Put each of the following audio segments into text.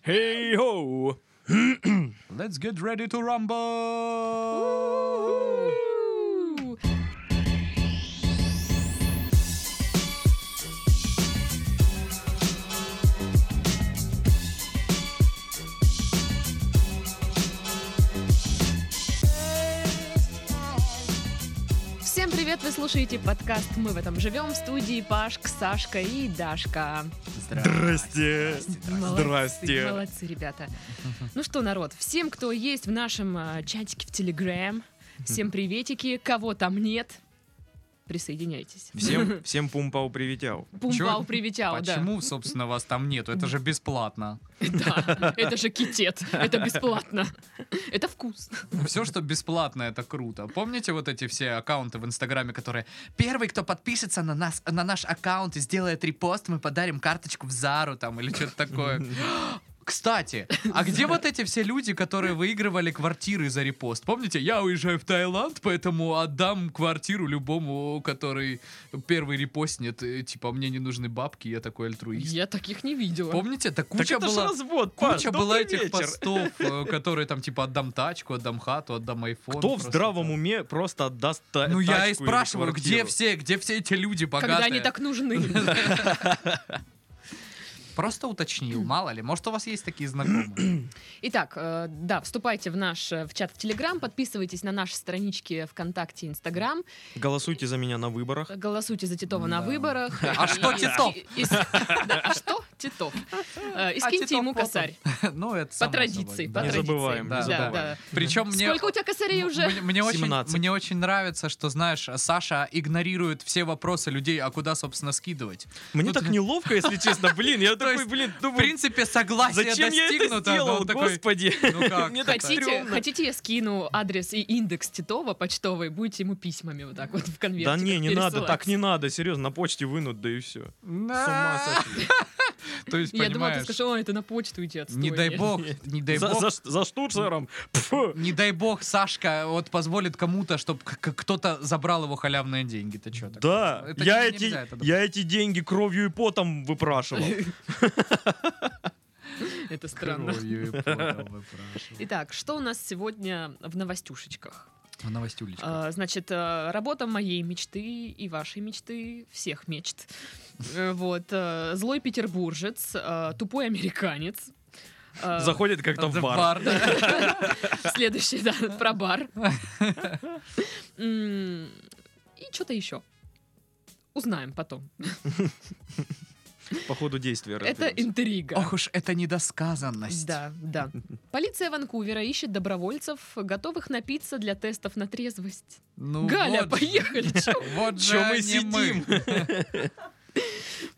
Hey ho! Let's get ready to rumble! Всем привет! Вы слушаете подкаст «Мы в этом живем» в студии Пашка, Сашка и Дашка. Здрасте! Молодцы, Здрасте. Молодцы, ребята. Ну что, народ, всем, кто есть в нашем э, чатике в Телеграм, всем приветики, кого там нет, присоединяйтесь. Всем, всем пумпау привитял. Пумбау приветял, да. Почему, собственно, вас там нету? Это же бесплатно. Да, это же китет, это бесплатно, это вкус. Все, что бесплатно, это круто. Помните вот эти все аккаунты в Инстаграме, которые первый, кто подпишется на нас, на наш аккаунт и сделает репост, мы подарим карточку в Зару там или что-то такое. Кстати, а где вот эти все люди, которые выигрывали квартиры за репост? Помните, я уезжаю в Таиланд, поэтому отдам квартиру любому, который первый репостнет, э, типа, мне не нужны бабки, я такой альтруист. Я таких не видела. Помните, так Так куча это ж была... развод, Паш, Куча добрый была этих вечер. постов, э, которые там типа отдам тачку, отдам хату, отдам айфон. Кто в просто здравом там. уме просто отдаст та- Ну я и тачку или спрашиваю, где квартиру? все, где все эти люди богатые? Когда они так нужны. Просто уточнил, мало ли, может у вас есть такие знакомые. Итак, э, да, вступайте в наш э, в чат в Телеграм, подписывайтесь на наши странички ВКонтакте, Инстаграм, Голосуйте за меня на выборах. голосуйте за Титова на Да. выборах. А И- что и- Титов? и- и- да, А что Титов? Э, И А скиньте Титов ему потом. косарь. Ну это По само традиции, собой, по да. Не традиции. забываем, не Да, забываем. да. Причем мне Сколько у тебя косарей Мне, уже? мне очень, 17. мне очень нравится, что, знаешь, Саша игнорирует все вопросы людей, а куда, собственно, скидывать. Мне Ну, так ты- неловко, если честно. Блин, я такой, есть, блин, В думаю, принципе, согласие зачем я это достигнуто. но сделал, он такой, господи? ну как, Мне так Хотите, стрёмно. хотите, я скину адрес и индекс Титова почтовый, будете ему письмами вот так вот в конверте. Да не, не надо, так не надо, серьезно, на почте вынут, да и все. С ума сошли. То есть, Я думала, ты понимаешь, скажешь, о, это на почту идет. не дай бог, не дай За, бог, за, за штуцером? Пфу. не дай бог, Сашка вот позволит кому-то, чтобы кто-то забрал его халявные деньги. Ты что? Да, Это я, не- эти, нельзя это я эти деньги кровью и потом выпрашивал. Это странно. Итак, что у нас сегодня в новостюшечках? В новостюлечках. А, Значит, э, работа моей мечты и вашей мечты, всех мечт. Э, Вот. э, Злой петербуржец, э, тупой американец. Э, Заходит как-то в The бар. bar, да. Следующий, да, про бар. М, И что-то еще. Узнаем потом. По ходу действия Это разберемся. интрига. Ох уж это недосказанность. Да, да. Полиция Ванкувера ищет добровольцев, готовых напиться для тестов на трезвость. Ну, Галя, вот же- поехали! чё? Вот Чё же мы они сидим? мы. Ну,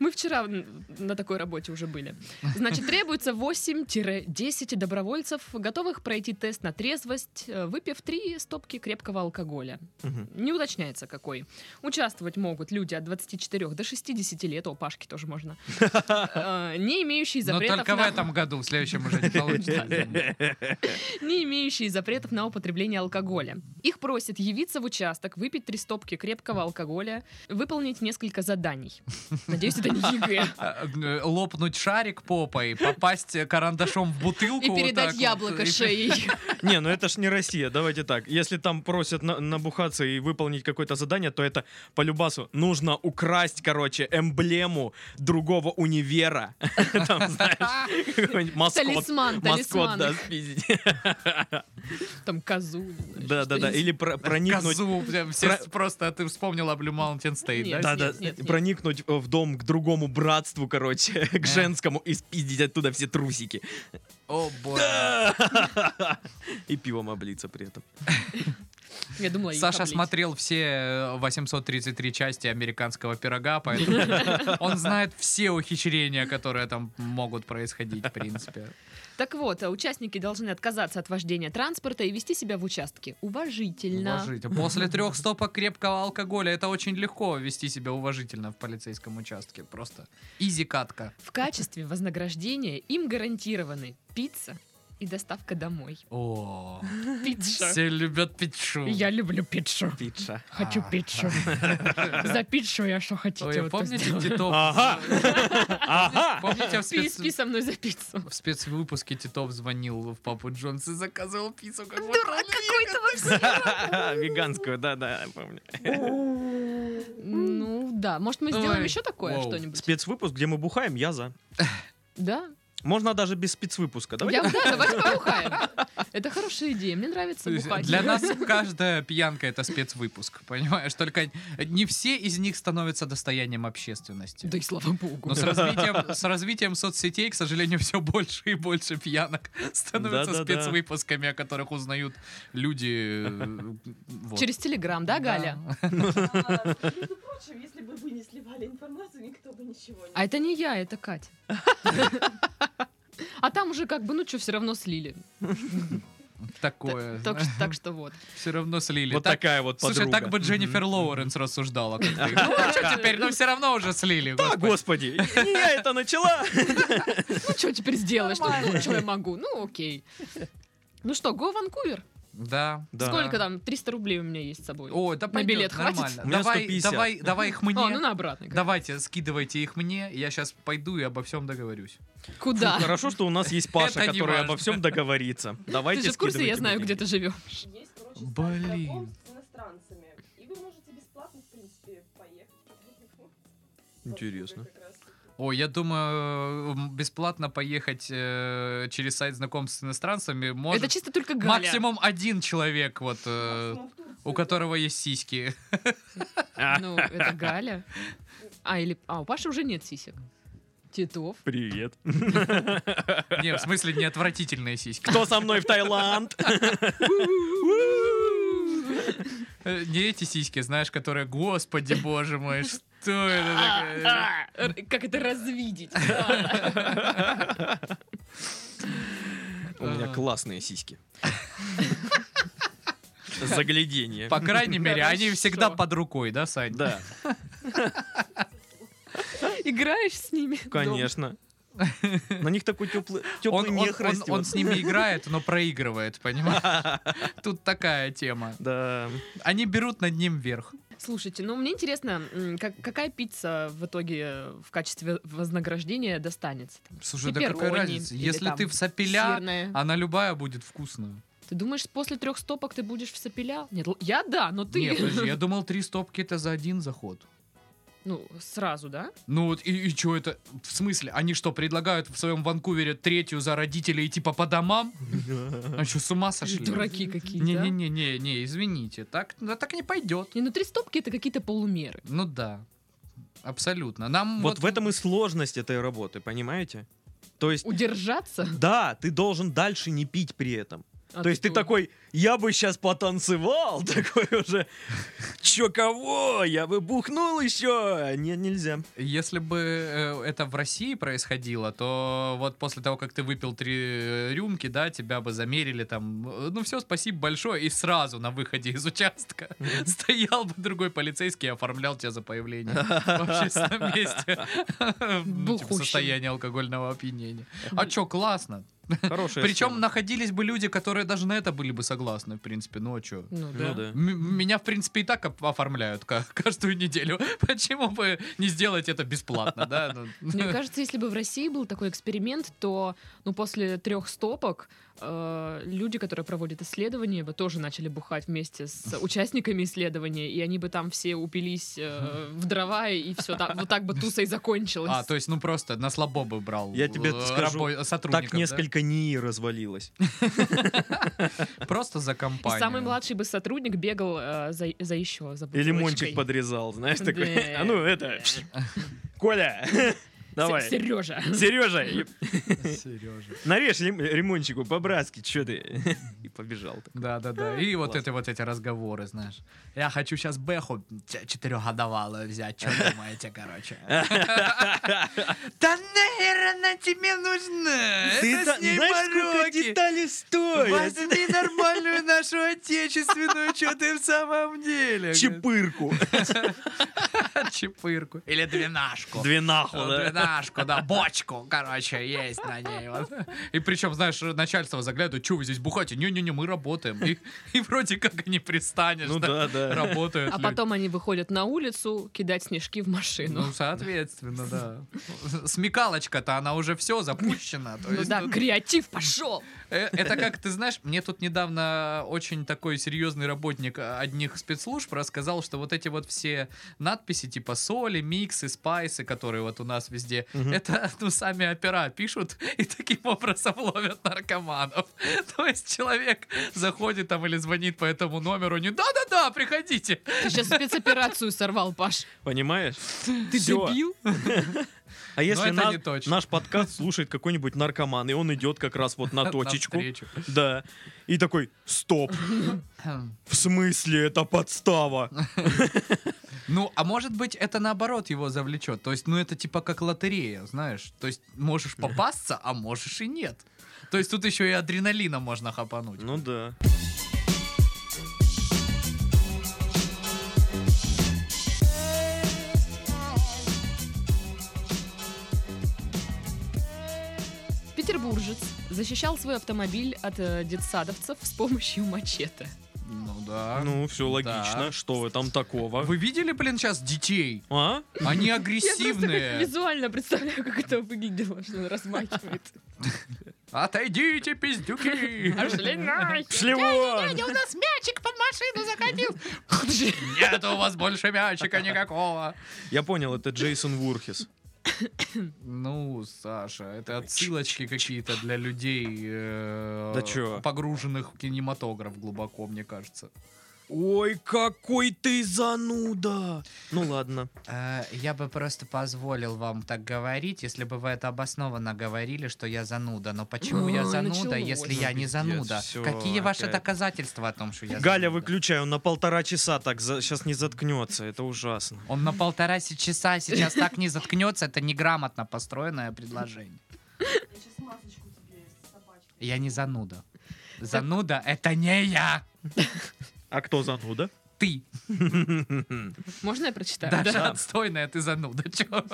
Мы вчера м, на такой работе уже были. Значит, требуется 8-10 добровольцев, готовых пройти тест на трезвость, э, выпив 3 стопки крепкого алкоголя. Мгм. Не уточняется какой. Участвовать могут люди от 24 до 60 лет, о, Пашке тоже можно, Э, не имеющие Но запретов только в на- этом году, в следующем уже не получится. не имеющие запретов на употребление алкоголя. Их просят явиться в участок, выпить три стопки крепкого алкоголя, выполнить несколько заданий. Надеюсь, это не ЕГЭ. Э, э, Лопнуть шарик попой, попасть э, карандашом в бутылку. И вот так передать вот, яблоко и- шеей. Не, ну это ж не Россия, давайте так. Если там просят на- набухаться и выполнить какое-то задание, то это по любасу нужно украсть, короче, эмблему другого универа. Там, знаешь, какой-нибудь маскот. Талисман, Маскот, да, талисман. спиздить. Там козу. не знаю, Да-да-да, что-нибудь. или про- проникнуть... Козу, прям все Про- с- просто ты вспомнил об Blue Mountain State, Нет. да? Да, да, нет, нет. проникнуть э, в дом к другому братству, короче, к Да. женскому и спиздить оттуда все трусики. О боже. Да! И пивом облиться при этом. Я думала, их Саша облить. смотрел все э, 833 части американского пирога, поэтому он знает все ухищрения, которые там могут происходить, в принципе. Так вот, а участники должны отказаться от вождения транспорта и вести себя в участке. Уважительно. Уважить. После трех стопок крепкого алкоголя это очень легко вести себя уважительно в полицейском участке. Просто изи катка. В качестве вознаграждения им гарантированы пицца и и доставка домой. О, Пицца. все любят пиццу. Я люблю пиццу. Пицца. Хочу А. пиццу. За пиццу я что хотите. Ой, а вот помните сделаю. Титов? Ага! Ага! Помните, в, Спи, спец- спи со мной за пиццу. в спецвыпуске Титов звонил в Папу Джонс и заказывал пиццу. Как вот Дурак какой-то вообще. Веганскую, да-да, я помню. Ну да, может мы сделаем Ой. еще такое Воу. что-нибудь? Спецвыпуск, где мы бухаем, я за. Да. Можно даже без спецвыпуска. Давайте Я, да, давайте побухаем. Это хорошая идея, мне нравится То есть бухать. Для нас каждая пьянка это спецвыпуск, понимаешь? Только не все из них становятся достоянием общественности. Да и слава богу. Но с развитием, с развитием соцсетей, к сожалению, все больше и больше пьянок становятся Да-да-да. спецвыпусками, о которых узнают люди. э, вот. Через Телеграм, да, Галя? А, Между прочим, если бы вы не сливали информацию, никто бы ничего не... А это не я, это Катя. А там уже как бы, ну что, все равно слили. Такое. Так, что- так что вот. Все равно слили. Вот Так- такая вот подруга. Слушай, так бы Дженнифер Лоуренс рассуждала. как ты. Ну а что теперь? Ну все равно уже слили. Да, господи. А, господи, не я это начала. Ну что теперь сделаешь? Ну, что я могу? Ну окей. Ну что, го Ванкувер? Да. Да. Сколько там? 300 рублей у меня есть с собой. О, да На пойдёт, билет хватит? нормально. У меня Давай, 150. давай, давай их А, ну мне. на обратный. как. Давайте, скидывайте их мне. Я сейчас пойду и обо всем договорюсь. Куда? Ну, Хорошо, что у нас есть Паша, Это не который важно. обо всем договорится. Ты Давайте же в курсе, я скидывайте знаю, мне где ты живешь. Есть, короче, сайт Блин. знакомств с иностранцами. И вы можете бесплатно, в принципе, поехать куда-нибудь. Интересно. Как раз. О, я думаю, м, бесплатно поехать э, через сайт знакомств с иностранцами может Это чисто только Галя. максимум один человек, вот, э, Максимум А, в Турцию. у которого есть сиськи. Ну, это Галя. А, или... А, у Паши уже нет сисек. Титов. Привет. Не, в смысле, не отвратительные сиськи. Кто со мной в Таиланд? Э, Не эти сиськи, знаешь, которые, господи, боже мой, что это такое? А, р- Как это развидеть? У меня классные сиськи. Загляденье. По крайней мере, они Хорошо. всегда под рукой, да, Сань? Да, Играешь с ними? конечно. На них такой теплый Он, теплый он- мех он- растет. он с ними играет, но проигрывает, понимаешь? Тут такая тема. Да. Они берут над ним верх. Дома. Слушайте, ну мне интересно, м, как- какая пицца в итоге э, в качестве вознаграждения достанется? Там, Слушай, да какая Пепперони разница? или Если там ты в сапеля, сырная. она любая будет вкусная. Ты думаешь, после трех стопок ты будешь в сапеля? Нет, л- я да, но ты... Нет, подожди, я думал, три стопки это за один заход. Ну, сразу, да? Ну вот, и, и что это? В смысле, они что, предлагают в своем Ванкувере третью за родителей и типа по домам? Они что, с ума сошли? Дураки какие-то. а? Не-не-не-не, извините, так, ну, так не пойдет. Не, ну три стопки это какие-то полумеры. Ну да, абсолютно. Нам Вот в этом и сложность этой работы, понимаете? То есть, Удержаться? да, ты должен дальше не пить при этом. А То есть ты тут- такой, я бы сейчас потанцевал, такой уже, чё кого, я бы бухнул еще, нет, нельзя. Если бы э, это в России происходило, то вот после того, как ты выпил три э, рюмки, да, тебя бы замерили там, э, ну все, спасибо большое, и сразу на выходе из участка стоял бы другой полицейский и оформлял тебя за появление в общественном месте Ну, типа, в Бухущий. состоянии алкогольного опьянения. А чё, классно. Хорошая Причем схема. находились бы люди, которые даже на это были бы согласны, в принципе, ну а чё. Ну да. Ну да. М- Меня, в принципе, и так оп- оформляют ка- каждую неделю. Почему бы не сделать это бесплатно, да? Ну, Мне кажется, если бы в России был такой эксперимент, то ну, после трех стопок э, люди, которые проводят исследования, бы тоже начали бухать вместе с участниками исследования, и они бы там все упились э, в дрова, и все, вот так бы туса и закончилась. А, то есть, ну просто на слабо бы брал Я тебе э, скажу, рабо- сотрудников, Так да? несколько НИИ развалилось. Просто за и компанию. самый младший бы сотрудник бегал э, за, за еще, за И лимончик бутылочкой. подрезал, знаешь, такой, Да. а ну это, Коля, давай. Сережа. Сережа, Сережа. нарежь лим- лимончику по-братски, чё ты? И побежал так. Да, да, да. И вот Классно. эти вот эти разговоры, знаешь. Я хочу сейчас Беху ч- четырехгодовалую взять. Что думаете, короче? Да нахер она тебе нужна? Ты Это та- с ней знаешь, сколько пороки. деталей стоит? Возьми нормальную нашу отечественную, что ты в самом деле. Чепырку. Чепырку. Или двенашку. Две нахуй, да? чашку, да, бочку, короче, есть на ней. вот. И причем, знаешь, начальство заглядывает, что вы здесь бухаете? Не-не-не, мы работаем. И, и вроде как и не пристанешь, Ну да, да, да. работают А люди. потом они выходят на улицу кидать снежки в машину. Ну, соответственно, да. Смекалочка-то, она уже все запущена. то Ну есть да, тут- креатив пошел. Э, Это как, ты знаешь, мне тут недавно очень такой серьезный работник э, одних спецслужб рассказал, что вот эти вот все надписи типа соли, миксы, спайсы, которые вот у нас везде, Мгм. это ну, сами опера пишут и таким образом ловят наркоманов. То есть человек заходит там или звонит по этому номеру, не да-да-да, приходите. Ты сейчас спецоперацию сорвал, Паш. Понимаешь? Ты Всё. дебил? А если это на- не точно. наш подкаст слушает какой-нибудь наркоман, и он идет как раз вот на точечку. Навстречу. Да. И такой, стоп, Хм. в смысле это подстава? Ну, а может быть, это наоборот его завлечет. То есть, ну, это типа как лотерея, знаешь. То есть, можешь попасться, а можешь и нет. То есть, тут еще и адреналина можно хапануть. Ну да. Петербуржец защищал свой автомобиль от э, детсадовцев с помощью мачете. Ну да. Ну, все логично. Да. Что вы там такого? Вы видели, блин, сейчас детей? А? Они Я просто как агрессивные. визуально представляю, как это выглядело, что он размахивает. Отойдите, пиздюки! А Шлево! у нас мячик под машину закатил. Нет у вас больше мячика никакого. Я понял, это Джейсон Вурхис. Ну, Саша, это отсылочки какие-то для людей, э, Да чё? погруженных в кинематограф глубоко, мне кажется. Ой, какой ты зануда! Ну ладно. Э, Я бы просто позволил вам так говорить, если бы вы это обоснованно говорили, что я зануда. Но почему я я Ой, зануда, зануда, началось. если я не зануда? всё, Какие ваши опять. доказательства о том, что я Галя, зануда? выключай, он на полтора часа так сейчас не заткнется, это ужасно. Он на полтора си- часа сейчас так не заткнется, это неграмотно построенное предложение. Я сейчас масочку тебе собачку. Я не зануда. Зануда — это не я, А кто зануда? ты. Можно я прочитаю? Даша, Да. отстойная, ты зануда. Чё?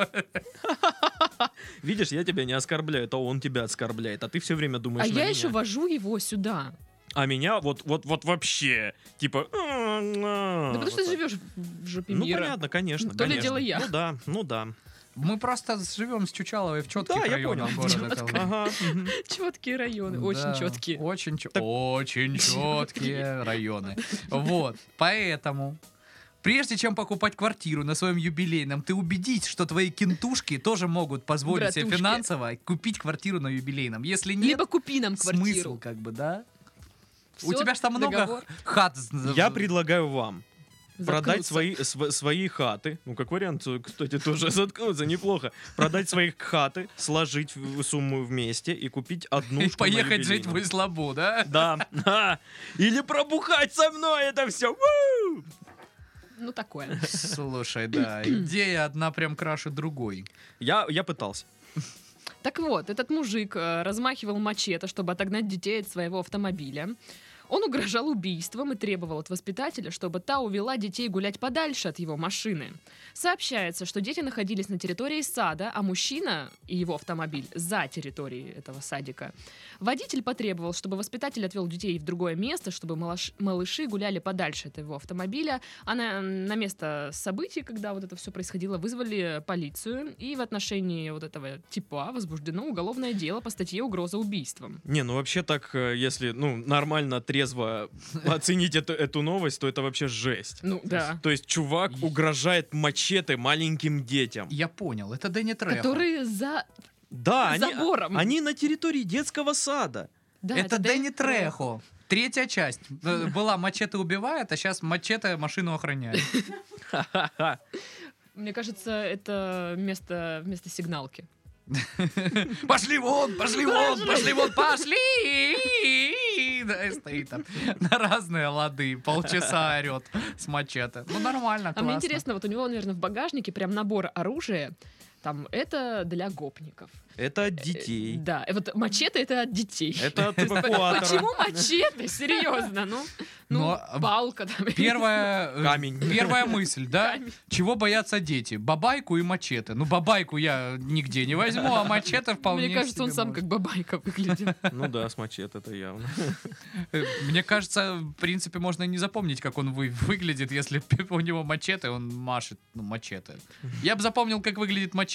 Видишь, я тебя не оскорбляю, это он тебя оскорбляет, а ты все время думаешь А на я меня. еще вожу его сюда. А меня вот, вот, вот вообще, типа... а, Да А, Да потому что ты живешь в в жопе Ну, мира. понятно, конечно. То ли конечно. дело я. Ну да, ну да. Мы просто живем с Чучаловой в четких Да, я районах понял. города. Чётко. Талдома. Ага. мгм. Четкие районы, очень Да, четкие. Очень, чё- Так- очень четкие районы. Вот, поэтому... Прежде чем покупать квартиру на своем юбилейном, ты убедись, что твои кентушки тоже могут позволить себе Братушки. финансово купить квартиру на юбилейном. Если нет, Либо купи нам смысл квартиру. как бы, да? У Всё, тебя ж там много договор. хат. з- Я предлагаю вам продать Заткнуться. свои, св- свои хаты. Ну, как вариант, э, кстати, тоже заткнуться, неплохо. Продать свои хаты, сложить в- сумму вместе и купить одну И поехать жить в Узлобу, да? Да. А, Или пробухать со мной это все. Ну, такое. Слушай, да, идея одна прям краше другой. Я, я пытался. Так вот, этот мужик э, размахивал мачете, чтобы отогнать детей от своего автомобиля. Он угрожал убийством и требовал от воспитателя, чтобы та увела детей гулять подальше от его машины. Сообщается, что дети находились на территории сада, а мужчина и его автомобиль за территорией этого садика. Водитель потребовал, чтобы воспитатель отвел детей в другое место, чтобы малыш- малыши гуляли подальше от его автомобиля, а на, на место событий, когда вот это все происходило, вызвали полицию, и в отношении вот этого типа возбуждено уголовное дело по статье «Угроза убийством». Не, ну вообще так, э, если ну нормально, трезво оценить эту, эту новость, то это вообще жесть. Ну да. То есть чувак угрожает мачете маленьким детям. Я понял, это Дэнни Трехо. Которые за Да, они, а, забором. они на территории детского сада. Да, это Дэнни Трехо. Трехо. Третья часть. Э, Была мачете убивает, а сейчас мачете машину охраняет. Мне кажется, это место вместо сигналки. Пошли вон, пошли вон, пошли вон, пошли! Да, и стоит там на разные лады, полчаса орет с мачете. Ну нормально, А мне классно. интересно, вот у него, наверное, в багажнике прям набор оружия. Там это для гопников, Это от детей. Да, э, вот мачете это от детей. Это от Э, эвакуатора. Почему мачете? Серьезно, ну, ну Но, а, палка там. Первая, э, Камень. первая мысль, да? Чего боятся дети? Бабайку и мачете. Ну, бабайку я нигде не возьму, а мачете вполне Мне кажется, он себе сам может. как бабайка выглядит. Ну да, с мачете это явно. Э, Мне кажется, в принципе, можно и не запомнить, как он вы- выглядит, если у него мачете, он машет, ну, мачете. Я бы запомнил, как выглядит мачете.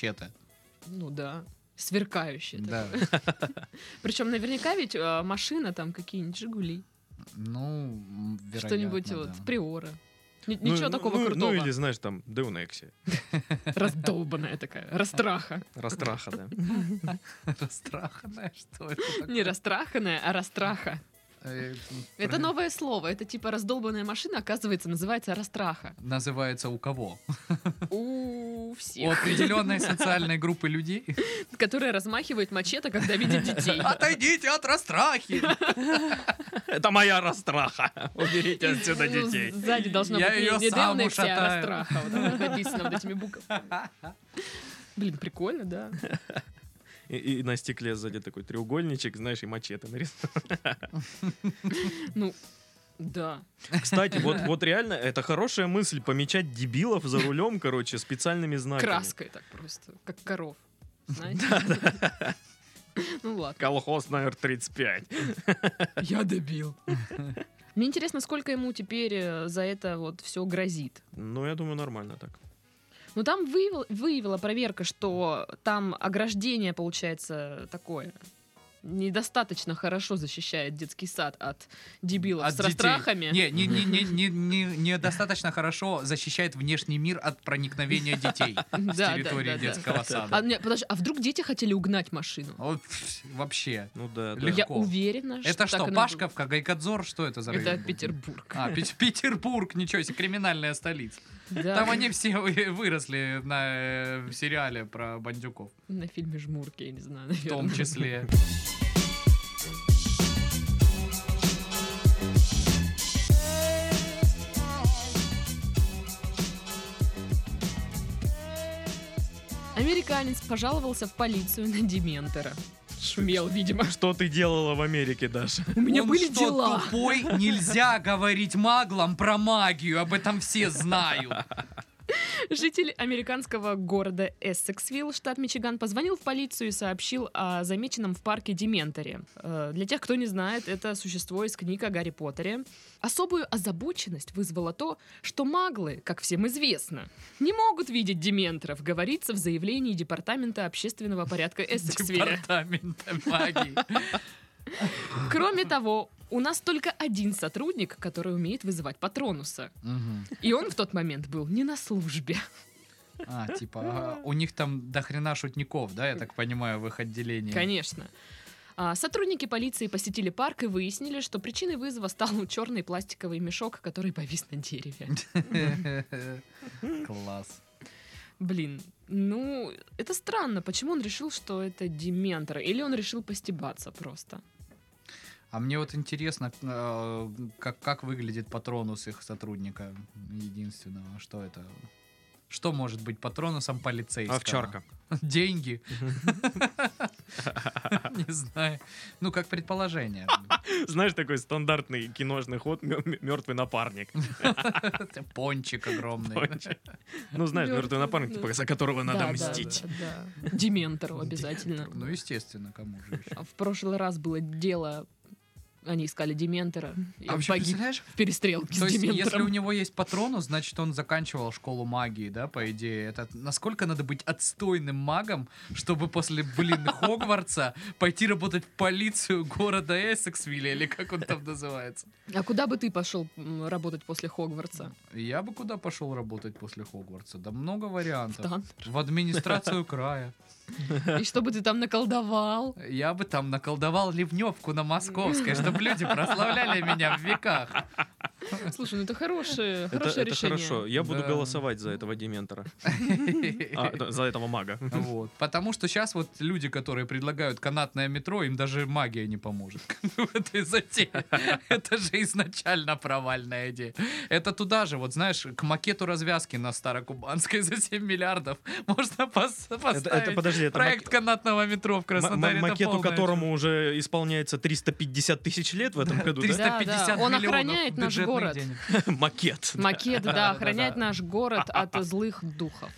Ну да, сверкающий. Да. Причем наверняка ведь э, машина там какие-нибудь Жигули, Ну, м, вероятно, что-нибудь да. вот Приора. Ни- Ну, Ничего ну, такого ну, крутого. Ну или, знаешь, там, Деунекси. Раздолбанная такая, растраха. Растраха, да. Растраханное, что это такое? Не растраханная, а растраха. Э, Это про- новое слово. Это типа раздолбанная машина, оказывается, называется растраха. Называется у кого? У У всех, определенной социальной группы людей. которые размахивают мачете, когда видят детей. Отойдите от растрахи! Это моя растраха. Уберите отсюда Ну, детей. Сзади должно Я быть её не, не сам Deus Ex, а ушатаю. Растраха. Вот там написано вот этими буквами. Блин, прикольно, да. И, и на стекле сзади такой треугольничек, знаешь, и мачете нарисован. Ну, да. Кстати, вот, вот реально, это хорошая мысль помечать дебилов за рулем, короче, специальными знаками. Краской так просто, как коров. Знаете? Ну ладно. Колхоз номер 35. Я дебил. Мне интересно, сколько ему теперь э, за это вот все грозит. Ну, я думаю, нормально так. Ну, там выявил- выявила проверка, что там ограждение, получается, такое недостаточно хорошо защищает детский сад от дебилов От с детей. растрахами. Не, не, не, не, не, не- недостаточно хорошо защищает внешний мир от проникновения детей Да, с да, территории да, да. детского А, сада. не, подожди, а вдруг дети хотели угнать машину? Вот, пф, вообще. Ну да, да. Легко. Я уверена, что Это так что, оно Пашковка, Гайкадзор, что это за было. Это район был? Петербург. А, Пет- Петербург, ничего себе, криминальная столица. Да, Там они все вы- выросли на э, в сериале про бандюков, На фильме «Жмурки», я не знаю, в том наверное. числе. Американец пожаловался в полицию на дементора. Шумел, видимо. Что ты делала в Америке, Даша? У меня Он были Ну что, дела. тупой? Нельзя говорить маглам про магию, об этом все знают. Житель американского города Эссексвилл, штат Мичиган, позвонил в полицию и сообщил о замеченном в парке дементоре. Э, Для тех, кто не знает, это существо из книг о Гарри Поттере. Особую озабоченность вызвало то, что маглы, как всем известно, не могут видеть дементоров, говорится в заявлении Департамента общественного порядка Эссексвилля. Департамента магии. Кроме того, у нас только один сотрудник, который умеет вызывать патронуса. Мгм. И он в тот момент был не на службе. А, типа, а, у них там дохрена шутников, да, я так понимаю, в их отделении. Конечно. А, Сотрудники полиции посетили парк и выяснили, что причиной вызова стал черный пластиковый мешок, который повис на дереве. Класс. Блин, ну, это странно. Почему он решил, что это дементор? Или он решил постебаться просто? А мне вот интересно, э, как, как выглядит патронус их сотрудника единственного. Что это? Что может быть патронусом полицейского? Овчарка. Деньги. Не знаю. Ну, как предположение. Знаешь, такой стандартный киношный ход, мертвый напарник. Пончик огромный. Пончик. Ну, знаешь, мертвый Мёртвый, напарник, да. типа, за которого надо Да, да, мстить. да, да. Дементору обязательно. Ну, естественно, кому же еще. А В прошлый раз было дело... Они искали дементора. А А И он погиб в перестрелке То с есть, если у дементором. него есть патронус, значит, он заканчивал школу магии, да, по идее. Это насколько надо быть отстойным магом, чтобы после, блин, Хогвартса пойти работать в полицию города Эссексвилля, или как он там называется? А куда бы ты пошел м, работать после Хогвартса? Я бы куда пошел работать после Хогвартса? Да много вариантов. Тан. В администрацию края. И что бы ты там наколдовал? Я бы там наколдовал ливневку на московской, чтобы люди прославляли меня в веках. Слушай, ну это хорошее, Это, хорошее это решение. хорошо. Я буду Да. голосовать за этого дементора. А, да, за этого мага. Вот. Потому что сейчас вот люди, которые предлагают канатное метро, им даже магия не поможет. в этой затее. Это же изначально провальная идея. Это туда же, вот знаешь, к макету развязки на Старокубанской за 7 миллиардов можно пос- Это, это, поставить подожди, это проект мак- канатного метро в ма- Краснодаре. Это макету, полная которому уже исполняется 350 тысяч лет в этом году, да? 350 Да, да, он миллионов охраняет наш бюджетных город. денег. Макет. да. Макет, да, Да-да-да. охраняет наш город от злых духов,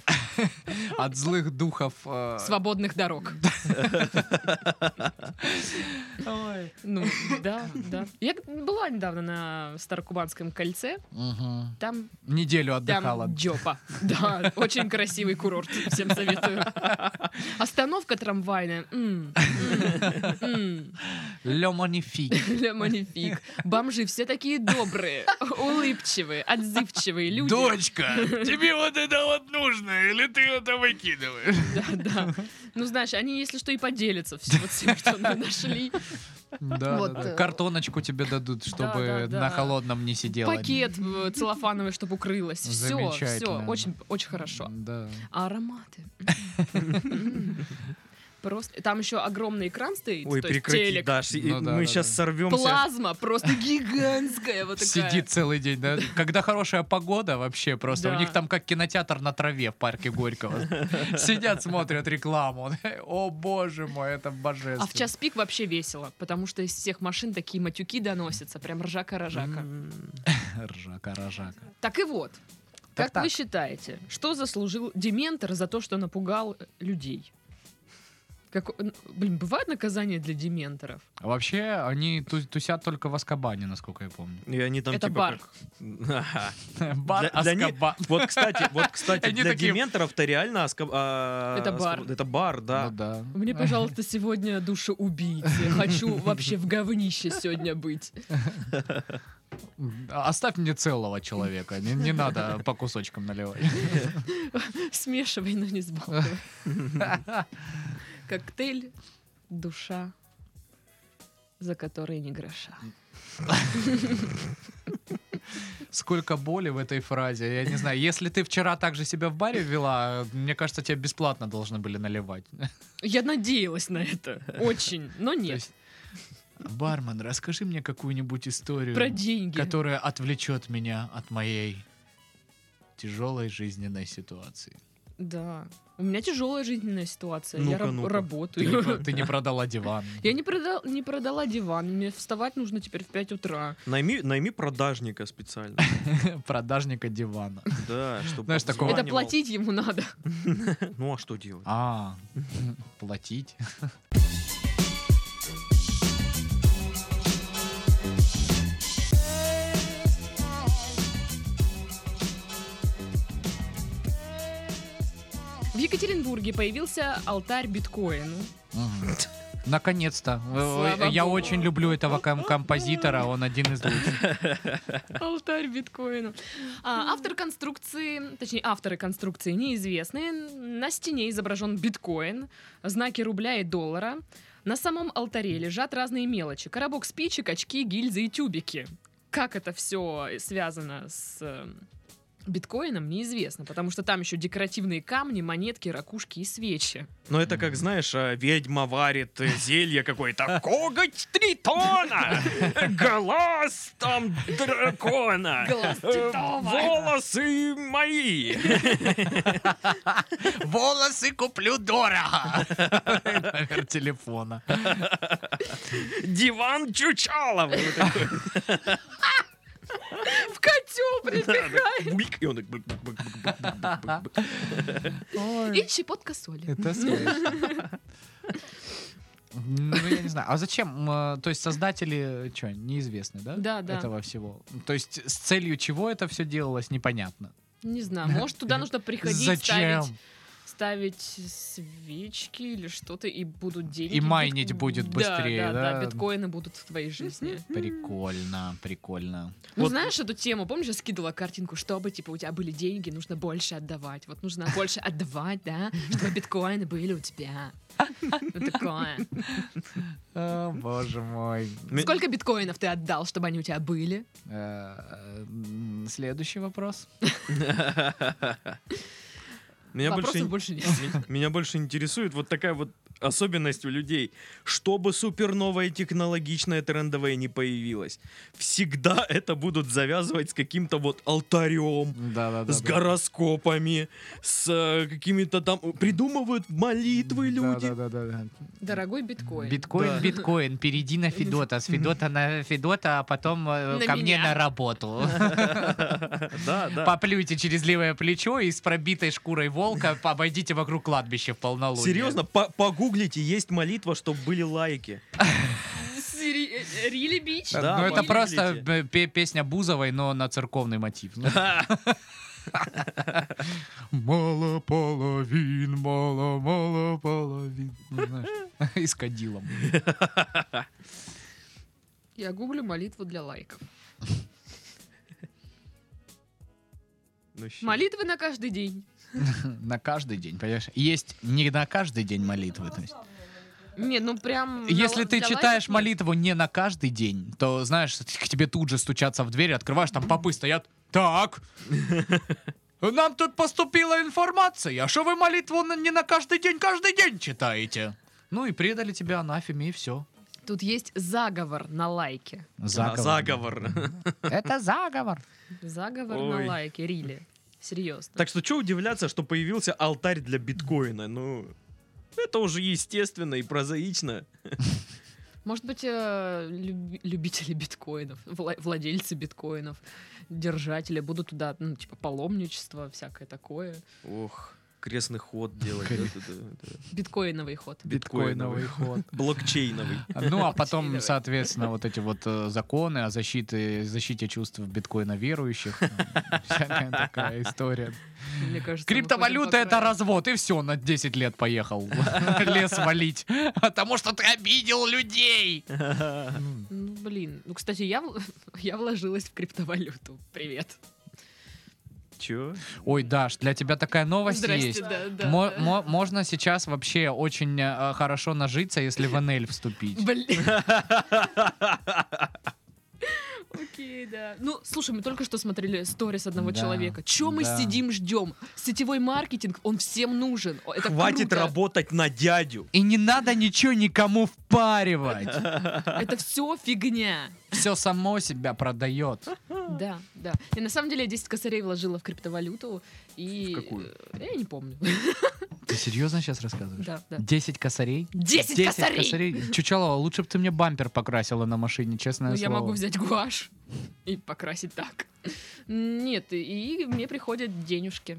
От злых духов. э, свободных дорог. Ой. Ну, да, да. Я была недавно на Старокубанском кольце, Мгм. там, Неделю отдыхала. там джопа. Да, очень красивый курорт, всем советую. Остановка трамвайная. м, м, м. Ле Монифи. Ля Манифик. Бомжи все такие добрые, улыбчивые, отзывчивые люди. Дочка, тебе вот это вот нужно, или ты это выкидываешь? Да, да. Ну, знаешь, они, если что, и поделятся всем, вот всем, что мы нашли. Да, Вот, да, да. э, Картоночку тебе дадут, чтобы да, да. на холодном не сидела. Пакет э, целлофановый, чтобы укрылось. Все, все, Замечательно. очень, очень хорошо. Да. А ароматы? М. Просто. Там еще огромный экран стоит. Ой, то есть прекрати, телек. Даш, и- и Ну да, мы да, сейчас да. сорвемся. Плазма просто гигантская вот такая. Сидит целый день, да? Когда хорошая погода вообще просто. Да. У них там как кинотеатр на траве в парке Горького. Сидят, смотрят рекламу. О боже мой, это божественно. А в час пик вообще весело, потому что из всех машин такие матюки доносятся, прям ржака-рожака. М. Ржака, ржака. Так и вот. Как Так-так. вы считаете, что заслужил Дементор за то, что напугал э, людей? Как, н- блин, бывает наказание для дементоров? А вообще, они ту- тусят только в Аскабане, насколько я помню. И они там Это типа бар. как- Ага. Бар Для- для них- Аскабан. Вот, кстати, вот, кстати, Они для такие- дементоров-то реально Аска- а, Это бар. Аска- Это Ну бар, да. да. Мне, пожалуйста, сегодня душеубийцы. Хочу вообще в говнище сегодня быть. Оставь мне целого человека. Не, не надо по кусочкам наливать. Смешивай, но не сбалтывай. Коктейль «Душа», за которой не гроша. Сколько боли в этой фразе. Я не знаю, если ты вчера так же себя в баре вела, мне кажется, тебя бесплатно должны были наливать. Я надеялась на это. Очень, но То нет. есть, Бармен, расскажи мне какую-нибудь историю, Про деньги. которая отвлечет меня от моей тяжелой жизненной ситуации. Да. У меня тяжелая жизненная ситуация. я Ну-ка, раб- ну-ка. Ты не, про- работаю. ты не продала диван. Я не, продал, не продала диван, мне вставать нужно теперь в 5 утра. Найми, найми продажника специально. Продажника дивана. Да, чтобы Знаешь, такого- Это обзванивал. платить ему надо. Ну а что делать? А, платить. В Екатеринбурге появился алтарь биткоину. Мгм. Наконец-то. Э, Слава Я богу. очень люблю этого ком- композитора, он один из лучших. Алтарь биткоину. А, автор конструкции, точнее, авторы конструкции неизвестные. На стене изображен биткоин, знаки рубля и доллара. На самом алтаре лежат разные мелочи. Коробок спичек, очки, гильзы и тюбики. Как это все связано с э, биткоином, неизвестно, потому что там еще декоративные камни, монетки, ракушки и свечи. Но это как, знаешь, а, ведьма варит э, зелье какое-то. Коготь тритона! Глаз там дракона! Глаз э, Титова. Волосы мои! Волосы куплю дорого. Номер телефона. Диван Чучалов! И вот такой, В котел прибегает! буик, И он так бык, бык, бык, бык, бык, бык, бык, бык. И щепотка соли. Это смешно. Ну, я не знаю. А зачем? э, То есть создатели, что, неизвестны, да? Да, да. Этого всего. То есть с целью чего это все делалось, непонятно. Не знаю, может, туда нужно приходить, Зачем? ставить ставить свечки или что-то, и будут деньги. И майнить будет Да, быстрее, Да, да, да? биткоины будут в твоей жизни. Прикольно, прикольно. Ну, Вот- знаешь эту тему? Помнишь, я скидывала картинку, чтобы, типа, у тебя были деньги, нужно больше отдавать. Вот нужно больше отдавать, да, чтобы биткоины были у тебя. Ну, Такое. О, Э, боже мой. Ми- Сколько биткоинов ты отдал, чтобы они у тебя были? Э, м, Следующий вопрос. Меня больше, Вопросов ин- больше нет. м- меня больше интересует вот такая вот особенность у людей. Чтобы суперновая технологичная трендовая не появилась, всегда это будут завязывать с каким-то вот алтарем. Да, да, да. с гороскопами, с э, какими-то там придумывают молитвы люди. Да, да, да, да. Дорогой биткоин. Биткоин, Да. биткоин, перейди на Федота, с Федота на Федота, а потом э, На ко мне меня. на работу. Да, да. Поплюйте через левое плечо и с пробитой шкурой волка обойдите вокруг кладбища в полнолуние. Серьезно, по- погуглите, есть молитва, чтобы были лайки. Сири- э, Рили Бич? Да, ну это погуглите. просто б- пе- песня Бузовой, но на церковный мотив. Ну. Мало половин, мало, мало половин. Ну, знаешь, И с кадилом. Я гуглю молитву для лайков. Ну, щи. Молитвы на каждый день. На каждый день, понимаешь? Есть не на каждый день молитвы. то есть. Нет, ну прям... на Если ла- ты для читаешь лайков нет. молитву не на каждый день, то, знаешь, к тебе тут же стучатся в дверь, открываешь, там попы стоят. Так, нам тут поступила информация, а что вы молитву на- не на каждый день, каждый день читаете? Ну и предали тебя анафеме, и все. Тут есть заговор на лайке. Да, заговор. Это заговор. Заговор Ой. на лайке, Рили. Серьезно. Так что что удивляться, что появился алтарь для биткоина? Ну, это уже естественно и прозаично. Может быть, э, люби- любители биткоинов, вла- владельцы биткоинов, держатели будут туда, ну, типа, паломничество, всякое такое. Ох, крестный ход делать. да, да, да, да. Биткоиновый ход. Биткоиновый. ход. Блокчейновый. Ну, а потом, Биткоиновый. соответственно, вот эти вот э, законы о защите, защите чувств биткоина верующих. Всякая такая история. Мне кажется, мы Криптовалюта ходим по это краю. развод, и все, на 10 лет поехал лес валить, потому что ты обидел людей. Ну, блин. Ну, кстати, я, в- я вложилась в криптовалюту. Привет. Чё? Ой, Даш, для тебя такая новость Здрасте, есть. да, да. Мо- мо- можно сейчас вообще очень э, хорошо нажиться, если в НЛ вступить. Блин. Окей, да. Ну, слушай, мы только что смотрели сторис одного Да, человека. Че мы да. сидим, ждем? Сетевой маркетинг, он всем нужен. О, Это Хватит круто. работать на дядю. И не надо ничего никому впаривать. Это все фигня. Все само себя продает. Да, да. И на самом деле я 10 косарей вложила в криптовалюту. И... В какую? э, Я не помню. Ты серьезно сейчас рассказываешь? Да, да. 10 косарей? 10 косарей! Чучалова, лучше бы ты мне бампер покрасила на машине, честное Ну, я слово. могу взять гуашь и покрасить так. Нет, и и мне приходят денежки.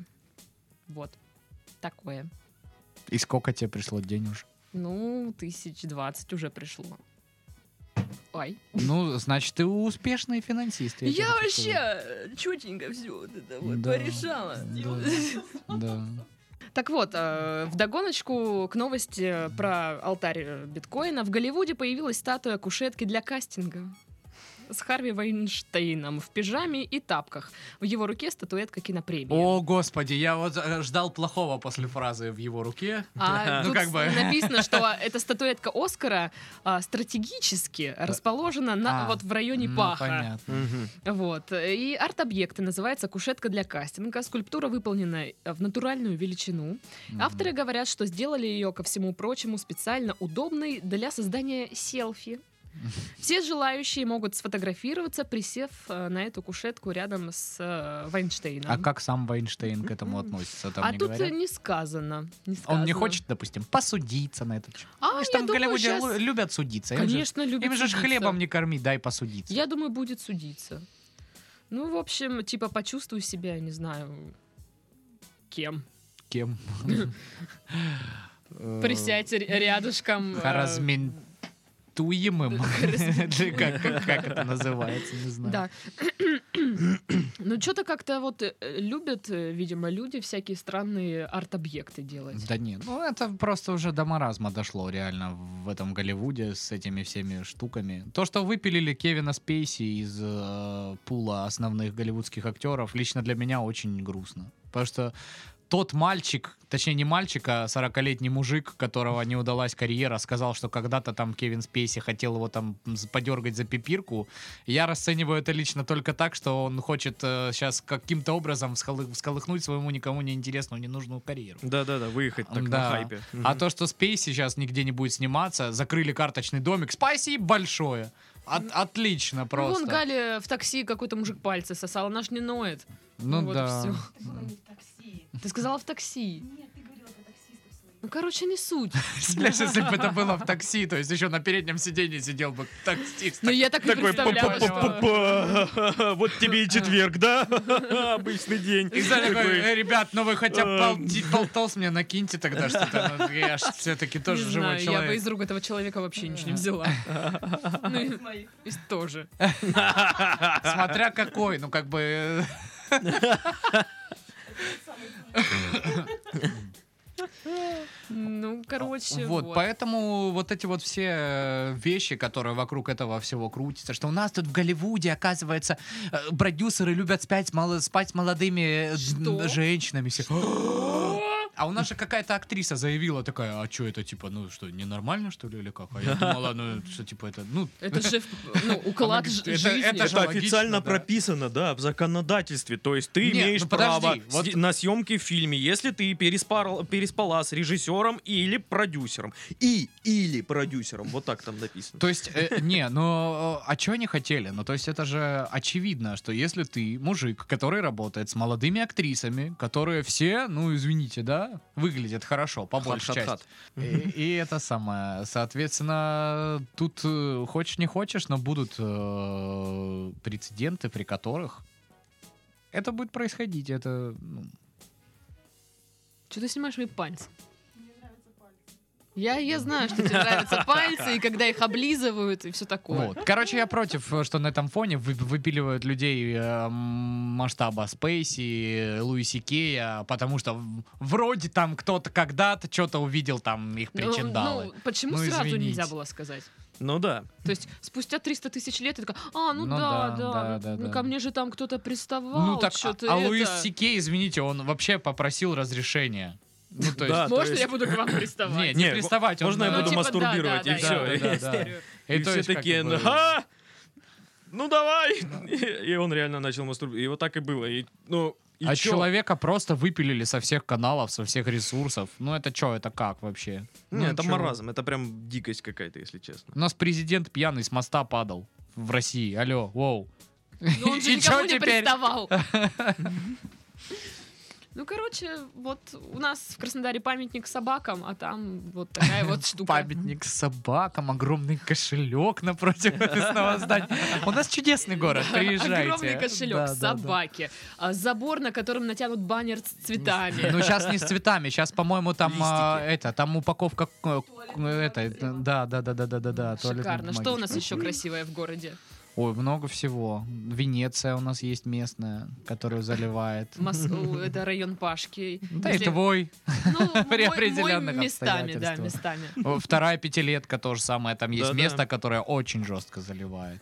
Вот. Такое. И сколько тебе пришло денеж? Ну, тысяч двадцать уже пришло. Ой. Ну, значит, ты успешный финансист. тебе Я хочу сказать. вообще четенько все вот это вот Да. порешала. Типа. Да. Да. Так вот, э, вдогоночку к новости про алтарь э, биткоина. В Голливуде появилась статуя кушетки для кастинга. С Харви Вайнштейном в пижаме и тапках. В его руке статуэтка кинопремии. О, господи, я вот э, ждал плохого после фразы в его руке. А Ну, тут как бы. написано, что эта статуэтка Оскара а, стратегически расположена на, А, вот в районе Ну, паха. понятно. Мгм. Вот. И арт-объекты называется кушетка для кастинга. Скульптура выполнена э, в натуральную величину. Мгм. Авторы говорят, что сделали ее, ко всему прочему, специально удобной для создания селфи. Все желающие могут сфотографироваться, присев э, на эту кушетку рядом с э, Вайнштейном. А как сам Вайнштейн к этому относится? Там А не тут говорят? э, не сказано. Он не не сказано. хочет, допустим, посудиться на этот счет. А, Знаешь, я там в думаю, Голливуде щас- лу- любят судиться. Им же- Конечно, любит Им же ж судиться. хлебом не корми, дай посудиться. Я думаю, будет судиться. Ну, в общем, типа, почувствую себя, не знаю, кем. Кем? Э, Присядь р- рядышком. э, Харазментуемым? Или как- Как как это называется, не знаю. Да. Ну, что-то как-то вот э, любят, э, видимо, люди всякие странные арт-объекты делать. Да нет, ну это просто уже до маразма дошло реально в этом Голливуде с этими всеми штуками. То, что выпилили Кевина Спейси из э, пула основных голливудских актеров, лично для меня очень грустно. Потому что тот мальчик, точнее не мальчик, а 40-летний мужик, которого не удалась карьера, сказал, что когда-то там Кевин Спейси хотел его там з- подергать за пипирку. Я расцениваю это лично только так, что он хочет сейчас каким-то образом всхолы- всколыхнуть своему никому не интересную, ненужную карьеру. Да-да-да, выехать так на Да. хайпе. А Мгм. то, что Спейси сейчас нигде не будет сниматься, закрыли карточный домик. Спайси большое. От- отлично Ну, просто. Вон Галя в такси какой-то мужик пальцы сосал, она ж не ноет. ну вот и да. всё. Ты была не в такси. Ты сказала в такси. Нет, ты говорила про таксистов своих. Ну, короче, не суть. Представляешь, если бы это было в такси, то есть еще на переднем сиденье сидел бы таксист. Но Ну, я так и Такой представляла, что... «Па-па-па-па-па, вот тебе и четверг, да? Обычный день. И Саня такой, «Э, ребят, ну вы хотя бы Эм. полти- полтос мне накиньте тогда что-то. Ну, Я ж все-таки Не тоже живой знаю, я бы человек. из рук этого человека вообще ничего не взяла. Ну, и- Из моих. и тоже. Смотря какой, ну как бы... э, Ну, короче, А, Вот, вот. поэтому вот эти вот все э, вещи, которые вокруг этого всего крутятся, что у нас тут в Голливуде, оказывается, э, продюсеры любят спать, мало- спать с молодыми э, Что? женщинами. Все. А у нас же какая-то актриса заявила такая, а что это, типа, ну что, ненормально, что ли, или как? А я думала, ну что, типа, это, ну... Это же, ну, уклад Она говорит, ж- это- это жизни. же- Это логично, официально да. прописано, да, в законодательстве. То есть Не, ты ну имеешь подожди, право вот- сде- на съемки в фильме, если ты переспарал- переспала с режиссером или продюсером. И или продюсером. Вот так там написано. То есть, э, не, ну, э, а чего они хотели? Ну, то есть, это же очевидно, что если ты мужик, который работает с молодыми актрисами, которые все, ну, извините, да, выглядят хорошо, по большей части. Хат-хат-хат. И, и это самое. Соответственно, тут э, хочешь не хочешь, но будут э, прецеденты, при которых это будет происходить. Это ну, Что ты снимаешь мои пальцы? Мне нравятся пальцы. Я, я знаю, что тебе нравятся пальцы, и когда их облизывают, и все такое. Вот. Короче, я против, э, что на этом фоне вы- выпиливают людей э, м, масштаба Спейси, Луиси Кея, потому что в- вроде там кто-то когда-то что-то увидел там их Ну, причиндалы. ну, почему Ну, сразу извините. нельзя было сказать? Ну да. То есть спустя 300 тысяч лет ты такая, а, ну, Ну да, да, да, да, ну, да, ну, да. ко мне же там кто-то приставал, Ну так, а, чё-то а это. Луис Сикей, извините, он вообще попросил разрешения. Ну, то есть... Да, Можно то есть- я буду к вам приставать? Не, не Не, приставать. он, можно я э, Ну, буду типа, мастурбировать, да, и да, да, все. да, да, да. И, И то все есть как такие, бы- «Ха! ну давай! И он реально начал мастурбировать. И вот так и было. И, ну, и а чё? человека просто выпилили со всех каналов, со всех ресурсов. Ну это что, это как вообще? Не, Ну, это чё? маразм, это прям дикость какая-то, если честно. У нас президент пьяный с моста падал в России. Алло, воу. Но он же И никому чё не теперь? приставал. Ну, короче, вот у нас в Краснодаре памятник собакам, а там вот такая вот штука. Памятник с собакам, огромный кошелек напротив офисного здания. У нас чудесный город, приезжайте. Огромный кошелек, Да, да, да. собаки, а, забор, на котором натянут баннер с цветами. Ну, сейчас не с цветами, сейчас, по-моему, там а, это, там упаковка э, к- Туалетного это, это, бумаги. да, да, да, да, да, да, да. туалетной Шикарно. Что у бумаги. нас еще красивое в городе? Ой, много всего. Венеция у нас есть местная, которую заливает. Мос- о, Это район Пашки. Да и Если- твой. Ну, При мой- определенных мой местами, да, обстоятельствах. местами. О, Вторая пятилетка тоже самое. Там есть Да-да. место, которое очень жестко заливает.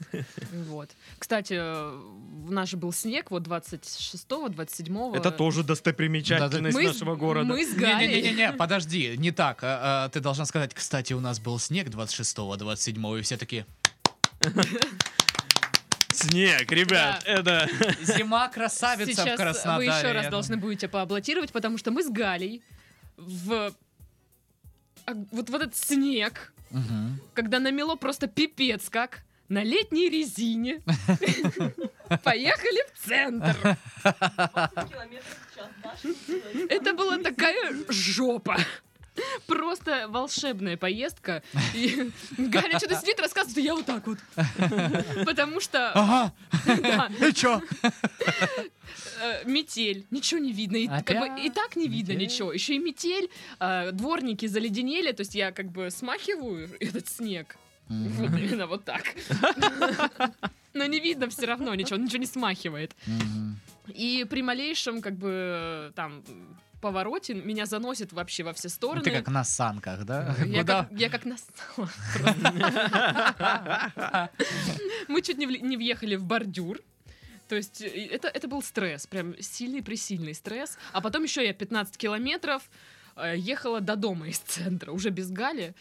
Вот. Кстати, э, у нас же был снег вот 26-го, 27-го. Ну, Это тоже достопримечательность Мы с- нашего города. Мы с Галей. Не-не-не, подожди, не так. А, а, Ты должна сказать, кстати, у нас был снег 26-го, 27-го, и все такие, Снег, ребят, это... зима красавица в Сейчас Краснодаре. вы еще раз Ну, должны будете поаплодировать, потому что мы с Галей в а, вот, вот этот снег, мгм. когда намело просто пипец как, на летней резине поехали в центр. 20 километров в час. Даша, человек. Это была такая жопа. Просто волшебная поездка. И Галя что-то сидит, рассказывает, я вот так вот. Потому что Ага, да, и чё? э, метель, ничего не видно. И, как бы Опять и так не видно метель. ничего. Еще и метель, э, дворники заледенели, то есть я как бы смахиваю этот снег. Вот Мгм, именно вот так. Но не видно все равно ничего, он ничего не смахивает. мгм. И при малейшем, как бы, там, повороте меня заносит вообще во все стороны. Ну, Ты как на санках, да? Типа, Я Куда? как, я как настала просто. Мы чуть не, вли- не въехали в бордюр. То есть э, это, это был стресс, прям сильный-пресильный стресс. А потом еще я 15 километров э, ехала до дома из центра, уже без Гали.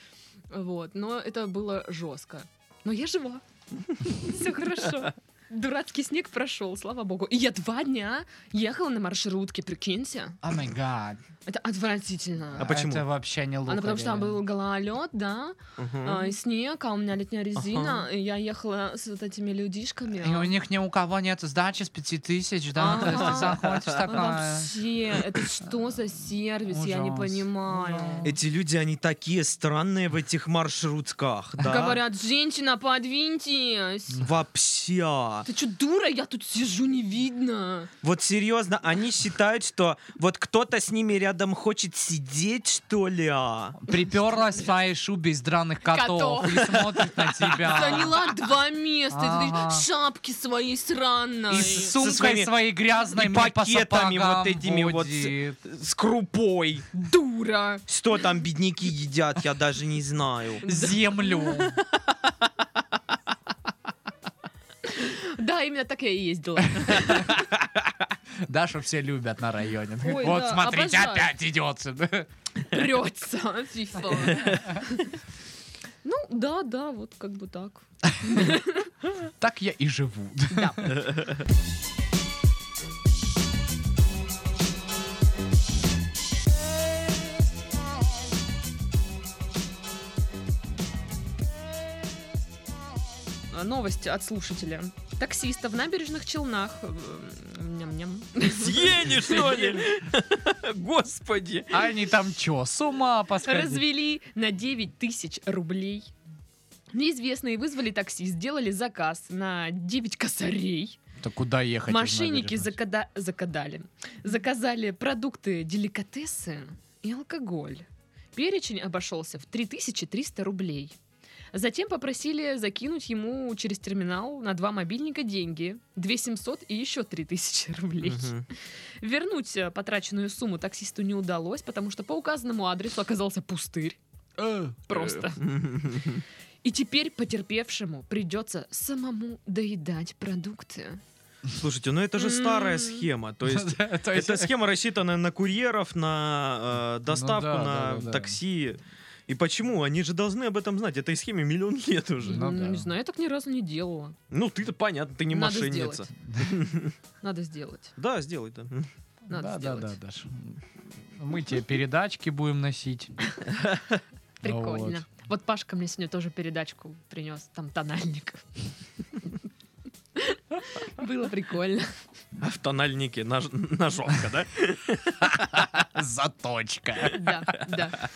Вот, но это было жестко. Но я жива. Все хорошо. Дурацкий снег прошел, слава богу. И я два дня ехала на маршрутке, прикиньте. О май гад. Это отвратительно. А почему? Это вообще не лук. Она потому что там реально. был гололед, да, Мгм. а, и снег, а у меня летняя резина, и я ехала с вот этими людишками. И у них ни у кого нет сдачи с пяти тысяч, да? ну, То есть ты Ага. заходишь а, такая... Вообще, это что за сервис, я не Ужас. понимаю. Ужас. Эти люди, они такие странные в этих маршрутках, да? Говорят, женщина, подвиньтесь. Вообще. Ты что, дура? Я тут сижу, не видно. Вот серьезно, они считают, что вот кто-то с ними рядом хочет сидеть, что ли? а? Приперлась в своей шубе из драных котов, Котов. и смотрит на тебя. Заняла два места, и ты Ага. шапки своей сранной. И Со с сумкой своими- своей грязной и мне по пакетами сапогам вот этими вот с- ходит. С крупой. Дура. Что там бедняки едят, я даже не знаю. А, землю. Да, именно так я и ездила. Дашу все любят на районе. Ой, вот да, смотрите, обожаю. опять идет. сюда. Прется. Фифа. Ну, да, да, вот как бы так. Так я и живу. Да. А, Новость от слушателя. Таксиста в набережных Челнах. э, Ням-ням. Съели, что ли? Господи. А Они там чё, с ума посходили? Развели на 9 тысяч рублей. Неизвестные вызвали такси, сделали заказ на 9 косарей. Да куда ехать? из Мошенники набережной? закада- закадали. Заказали продукты деликатесы и алкоголь. Перечень обошелся в 3300 рублей. Затем попросили закинуть ему через терминал на два мобильника деньги. 2700 и еще 3000 рублей. Мгм. Вернуть э, потраченную сумму таксисту не удалось, потому что по указанному адресу оказался пустырь. Э, Просто. И теперь потерпевшему придется самому доедать продукты. Слушайте, ну это же старая М. схема. То есть э. То есть Эта схема рассчитана на курьеров, на э, доставку, на да, да, да, да. такси. И почему? Они же должны об этом знать. Этой схеме миллион лет уже. Ну М, да. Не знаю, я так ни разу не делала. Ну, ты-то понятно, ты не Надо мошенница. сделать. Надо сделать. Да, сделай да. Надо да, да, сделать. да, Даша. Мы тебе передачки будем носить. Прикольно. Ну Вот. Вот. Пашка мне сегодня тоже передачку принес, там тональник. Было прикольно. А в тональнике нож- ножовка, да? Э, Заточка. Да, да.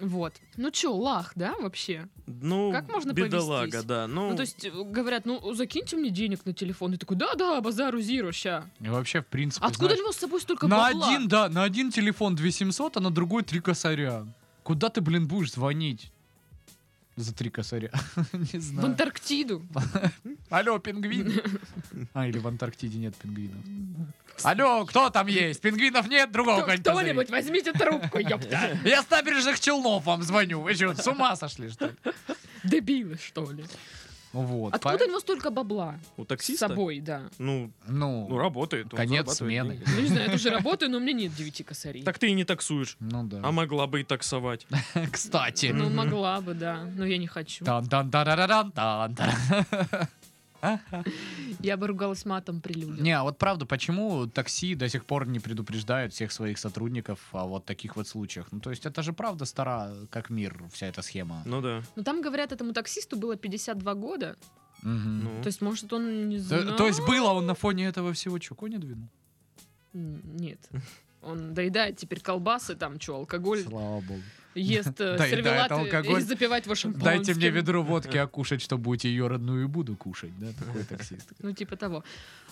Вот. Ну чё, лах, да, вообще? Ну, Как можно бедолага, повестись? да. Ну, Ну, то есть, э, говорят, ну, закиньте мне денег на телефон. И такой, да-да, базару зиру ща. А И вообще, в принципе, Откуда у знаешь, него с собой столько на бабла? один, да, на один телефон 2700, а на другой 3 косаря. Куда ты, блин, будешь звонить? За 3 косаря. Не В знаю. Антарктиду. Алло, пингвин. А, или в Антарктиде нет пингвинов. Алло, кто там есть? Пингвинов нет, другого Кто- какой нибудь Кто-нибудь возьмите трубку, ёпта. Я с набережных Челнов вам звоню. Вы что, с ума сошли, что ли? Дебилы, что ли? Вот. Откуда у по- него столько бабла? у С таксиста? собой, да. Ну, ну, Ну, работает. он конец зарабатывает смены. деньги. Ну, не знаю, я тоже работаю, но у меня нет девяти косарей. Так ты и не таксуешь. ну А да. могла бы и таксовать. Кстати. Ну, Мгм. могла бы, да, но я не хочу. тан тан тарараран тан Я бы ругалась матом при людях. Не, а вот правда, почему такси до сих пор не предупреждают всех своих сотрудников о вот таких вот случаях? Ну, то есть это же правда стара, как мир, вся эта схема. Ну да. Но там, говорят, этому таксисту было 52 года. Мгм. Ну. То есть, может, он не То, знал? то есть было он на фоне этого всего чего не двинул? М, Нет. Он доедает теперь колбасы, там что, алкоголь, Слава богу. ест э, Доедает сервелаты алкоголь. и запивает его шампанским. Дайте мне ведро водки, а кушать что будете, ее родную и буду кушать, да, такой таксист. Ну, типа того.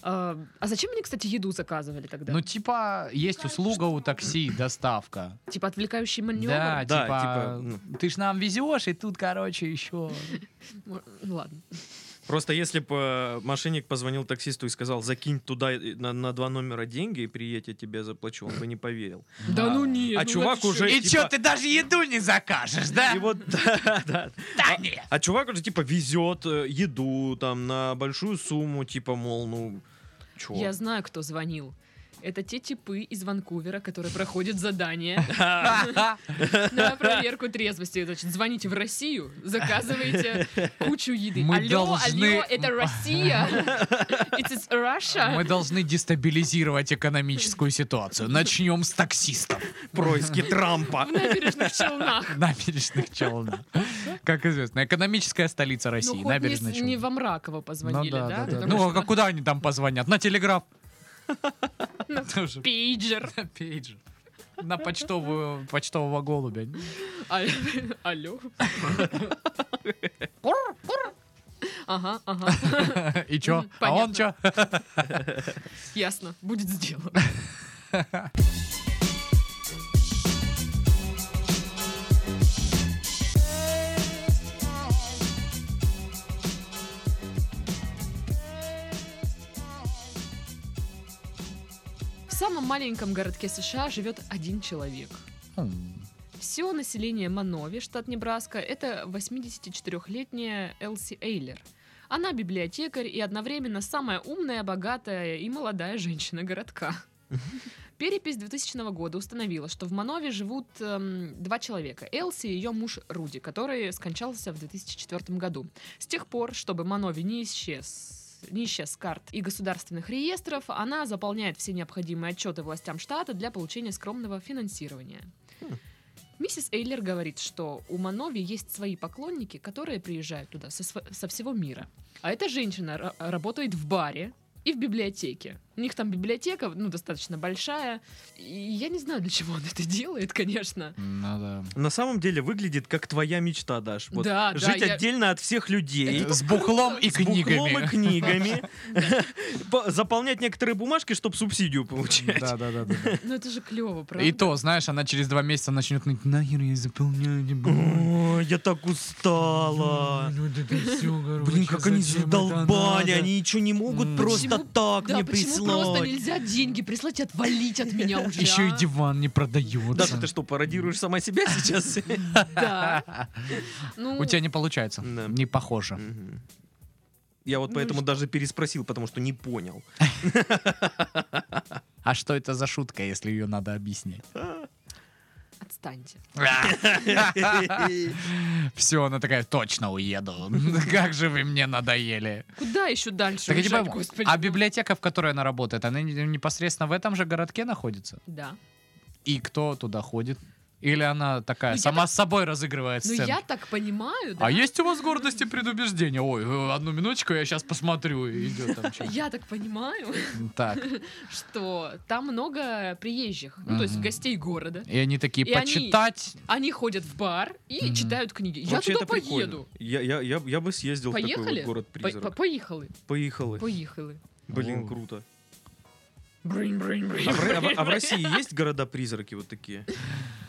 А а зачем они, кстати, еду заказывали тогда? Ну, типа, есть услуга у такси, доставка. Типа отвлекающий маневр? Да, Да, типа, типа, ты ж нам везешь, и тут, короче, еще... М, ну, Ладно. Просто если бы мошенник позвонил таксисту и сказал, закинь туда э, на, на два номера деньги и приедь, я тебе заплачу, он бы не поверил. Да ну нет. А ну чувак вообще. уже- И типа- чё, ты даже еду не закажешь, да? И вот, да, да. Да нет. А чувак уже, типа, везет э, еду там на большую сумму, типа, мол, ну, Чё? Я знаю, кто звонил. Это те типы из Ванкувера, которые проходят задание на проверку трезвости. Значит, звоните в Россию, заказываете кучу еды. Мы алло, должны- алло, это Россия. It's Russia. Мы должны дестабилизировать экономическую ситуацию. Начнем с таксистов Происки Трампа. В набережных Челнах. набережных Челнов. Как известно, экономическая столица Ну, России, хоть не, набережные с- не Челны. во Мраково позвонили, ну, да? да, да. Потому Ну, а что куда они там позвонят? На телеграф. Ну, Тоже Пейджер. на пейджер. На почтовую, почтового голубя. А- Алло. Ага, ага. И чё? Мгм, А он чё? Ясно. Будет сделано. В самом маленьком городке США живет один человек. М, Все население Манови, штат Небраска, это 84-летняя Элси Эйлер. Она библиотекарь и одновременно самая умная, богатая и молодая женщина городка. Перепись 2000 года установила, что в Манове живут эм, два человека. Элси и ее муж Руди, который скончался в 2004 году. С тех пор, чтобы Манови не исчез не исчез с карт и государственных реестров, она заполняет все необходимые отчеты властям штата для получения скромного финансирования. Миссис Эйлер говорит, что у Манови есть свои поклонники, которые приезжают туда со, св- со всего мира. А эта женщина ра- работает в баре и в библиотеке. У них там библиотека, ну, достаточно большая. И я не знаю, для чего она это делает, конечно. Ну да. На самом деле выглядит как твоя мечта, Даш. Вот Да, да, жить я- отдельно от всех людей. С бухлом и с бухлом и книгами. книгами. По- Заполнять некоторые бумажки, чтобы субсидию получать. Да, да, да, да. да. Ну, это же клево, правда? И то, знаешь, она через два месяца начнет ныть, нахер я заполняю эти бумаги?» Ой, Я так устала. Ну, да, да, всё, короче, Блин, как они зачем это задолбали, надо? они ничего не могут М. просто Почему- так да, мне почему просто прислать. нельзя деньги прислать и отвалить от меня уже? Еще и а? диван не Да, продается. ты что, пародируешь сама себя сейчас? Да. Ну, У тебя не получается. Да. Не похоже. Мгм. Я вот Ну поэтому что? даже переспросил, потому что не понял. А что это за шутка, если ее надо объяснять? отстаньте. Все, она такая, точно уеду. Как же вы мне надоели. Куда еще дальше Так я не уезжать, пойму, господи? а библиотека, в которой она работает, она не- непосредственно в этом же городке находится? Да. И кто туда ходит? Или она такая, Ну, я сама с собой разыгрывает Ну, сцену? я так понимаю, да? А есть у вас гордость и предубеждение? Ой, э, одну минуточку, я сейчас посмотрю. И идет там что-то. Я так понимаю, Так, что там много приезжих, ну, то есть Мгм. гостей города. и они такие, И они- почитать Они ходят в бар и Мгм. читают книги. Я Вообще, туда это прикольно. поеду. Я, я, я, я бы съездил в такой Поехали? вот город-призрак. Поехали. Поехали. Поехали. Блин, О. круто. Брынь-брынь-брынь. А в, Ро- а в- а в России есть города-призраки вот такие,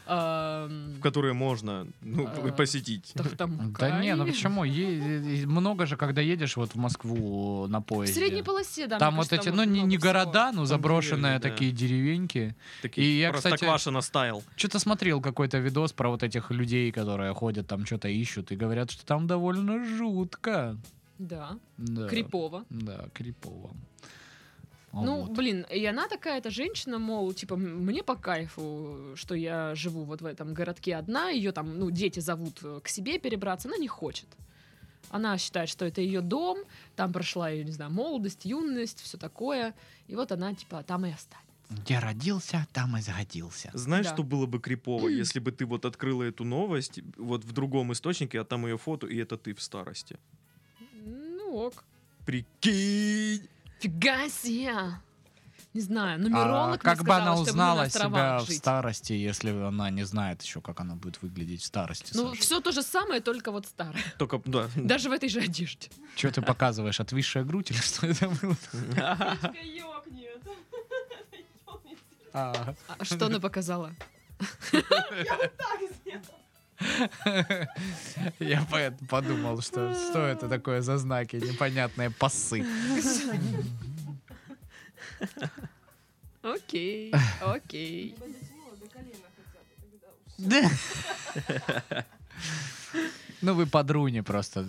Эм, в которые можно ну, А. посетить? Тахтамакай. Да не, ну почему? Е- е- много же, когда едешь вот в Москву э, на В поезде. средней полосе, да. мне там вот кажется, там эти, ну очень не, не много всего. города, но заброшенные деревни, да. такие деревеньки. Такие И я, кстати- Простоквашино стайл. Что-то смотрел какой-то видос про вот этих людей, которые ходят там что-то ищут и говорят, что там довольно жутко. Да. Да. Крипово. Да, крипово. А Ну, Вот. блин, и она такая, эта женщина, мол, типа, м- мне по кайфу, что я живу вот в этом городке одна, ее там, ну, дети зовут э, к себе перебраться, она не хочет. Она считает, что это ее дом, там прошла ее, не знаю, молодость, юность, все такое, и вот она, типа, там и останется. Где родился, там и загодился. Знаешь, Да. что было бы крипово, если бы ты вот открыла эту новость вот в другом источнике, а там ее фото, и это ты в старости. Ну ок. Прикинь! Фига себе! Не знаю, А нумеролог мне как бы она сказала, что буду на узнала себя островах в жить. старости, если она не знает еще, как она будет выглядеть в старости? Ну, все то же самое, только вот старое. Только, да. Даже в этой же одежде. Что ты показываешь? Отвисшая грудь или что это было? Птичка ёкнет. Ёкнет. А. А что она показала? Я вот так сделала. Я поэт- подумал, что что это такое за знаки, непонятные пасы. Окей, окей. Либо дотянула до колена хотя бы, тогда уж. Ну вы подруни просто.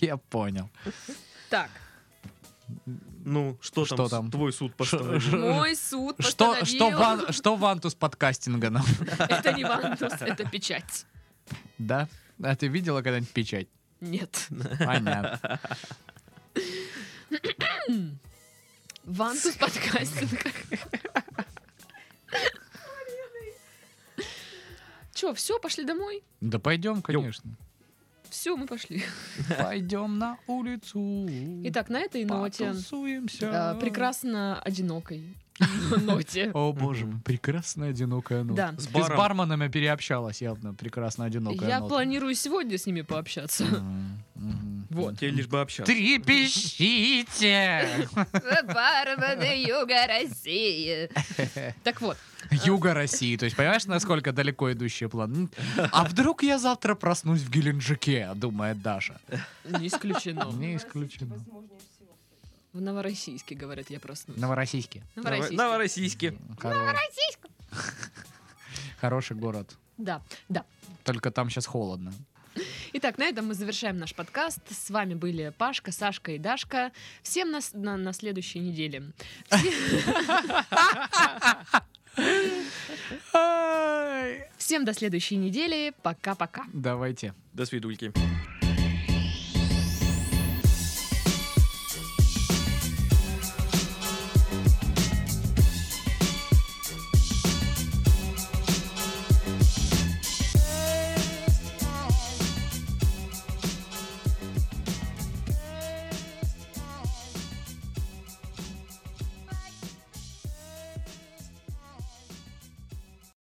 Я понял. Так, Ну, что, Что там, с- там? твой суд постановил? Мой суд Что, что, постановил- ван, что вантус подкастинга нам? Это не вантус, это печать. Да? А ты видела когда-нибудь печать? Нет. Понятно. Вантус подкастинг. Че, все, пошли домой? Да пойдем, конечно. Все, мы пошли. Пойдем на улицу. Итак, на этой ноте, потусуемся. э, прекрасно одинокой ноте. О боже мой, прекрасно одинокая нота. Да. С Ты с баром. барменами переобщалась явно, прекрасно одинокая Я нота. планирую сегодня с ними пообщаться. Мгм, мгм. Вот, тебе лишь бы общаться. Трепещите! Барбады Юга России. Так вот, Юга России. То есть, понимаешь, насколько далеко идущие планы? А вдруг я завтра проснусь в Геленджике, думает Даша. не исключено. Не Российский исключено. возможнее всего. В Новороссийске, говорят, я проснусь. Новороссийске. Ново- Новороссийске. Новороссийске. Новороссийске. Хороший город. Да, да. Только там сейчас холодно. Итак, на этом мы завершаем наш подкаст. С вами были Пашка, Сашка и Дашка. Всем нас на, на следующей неделе. Всем до следующей недели. Пока-пока. Давайте. До свидульки.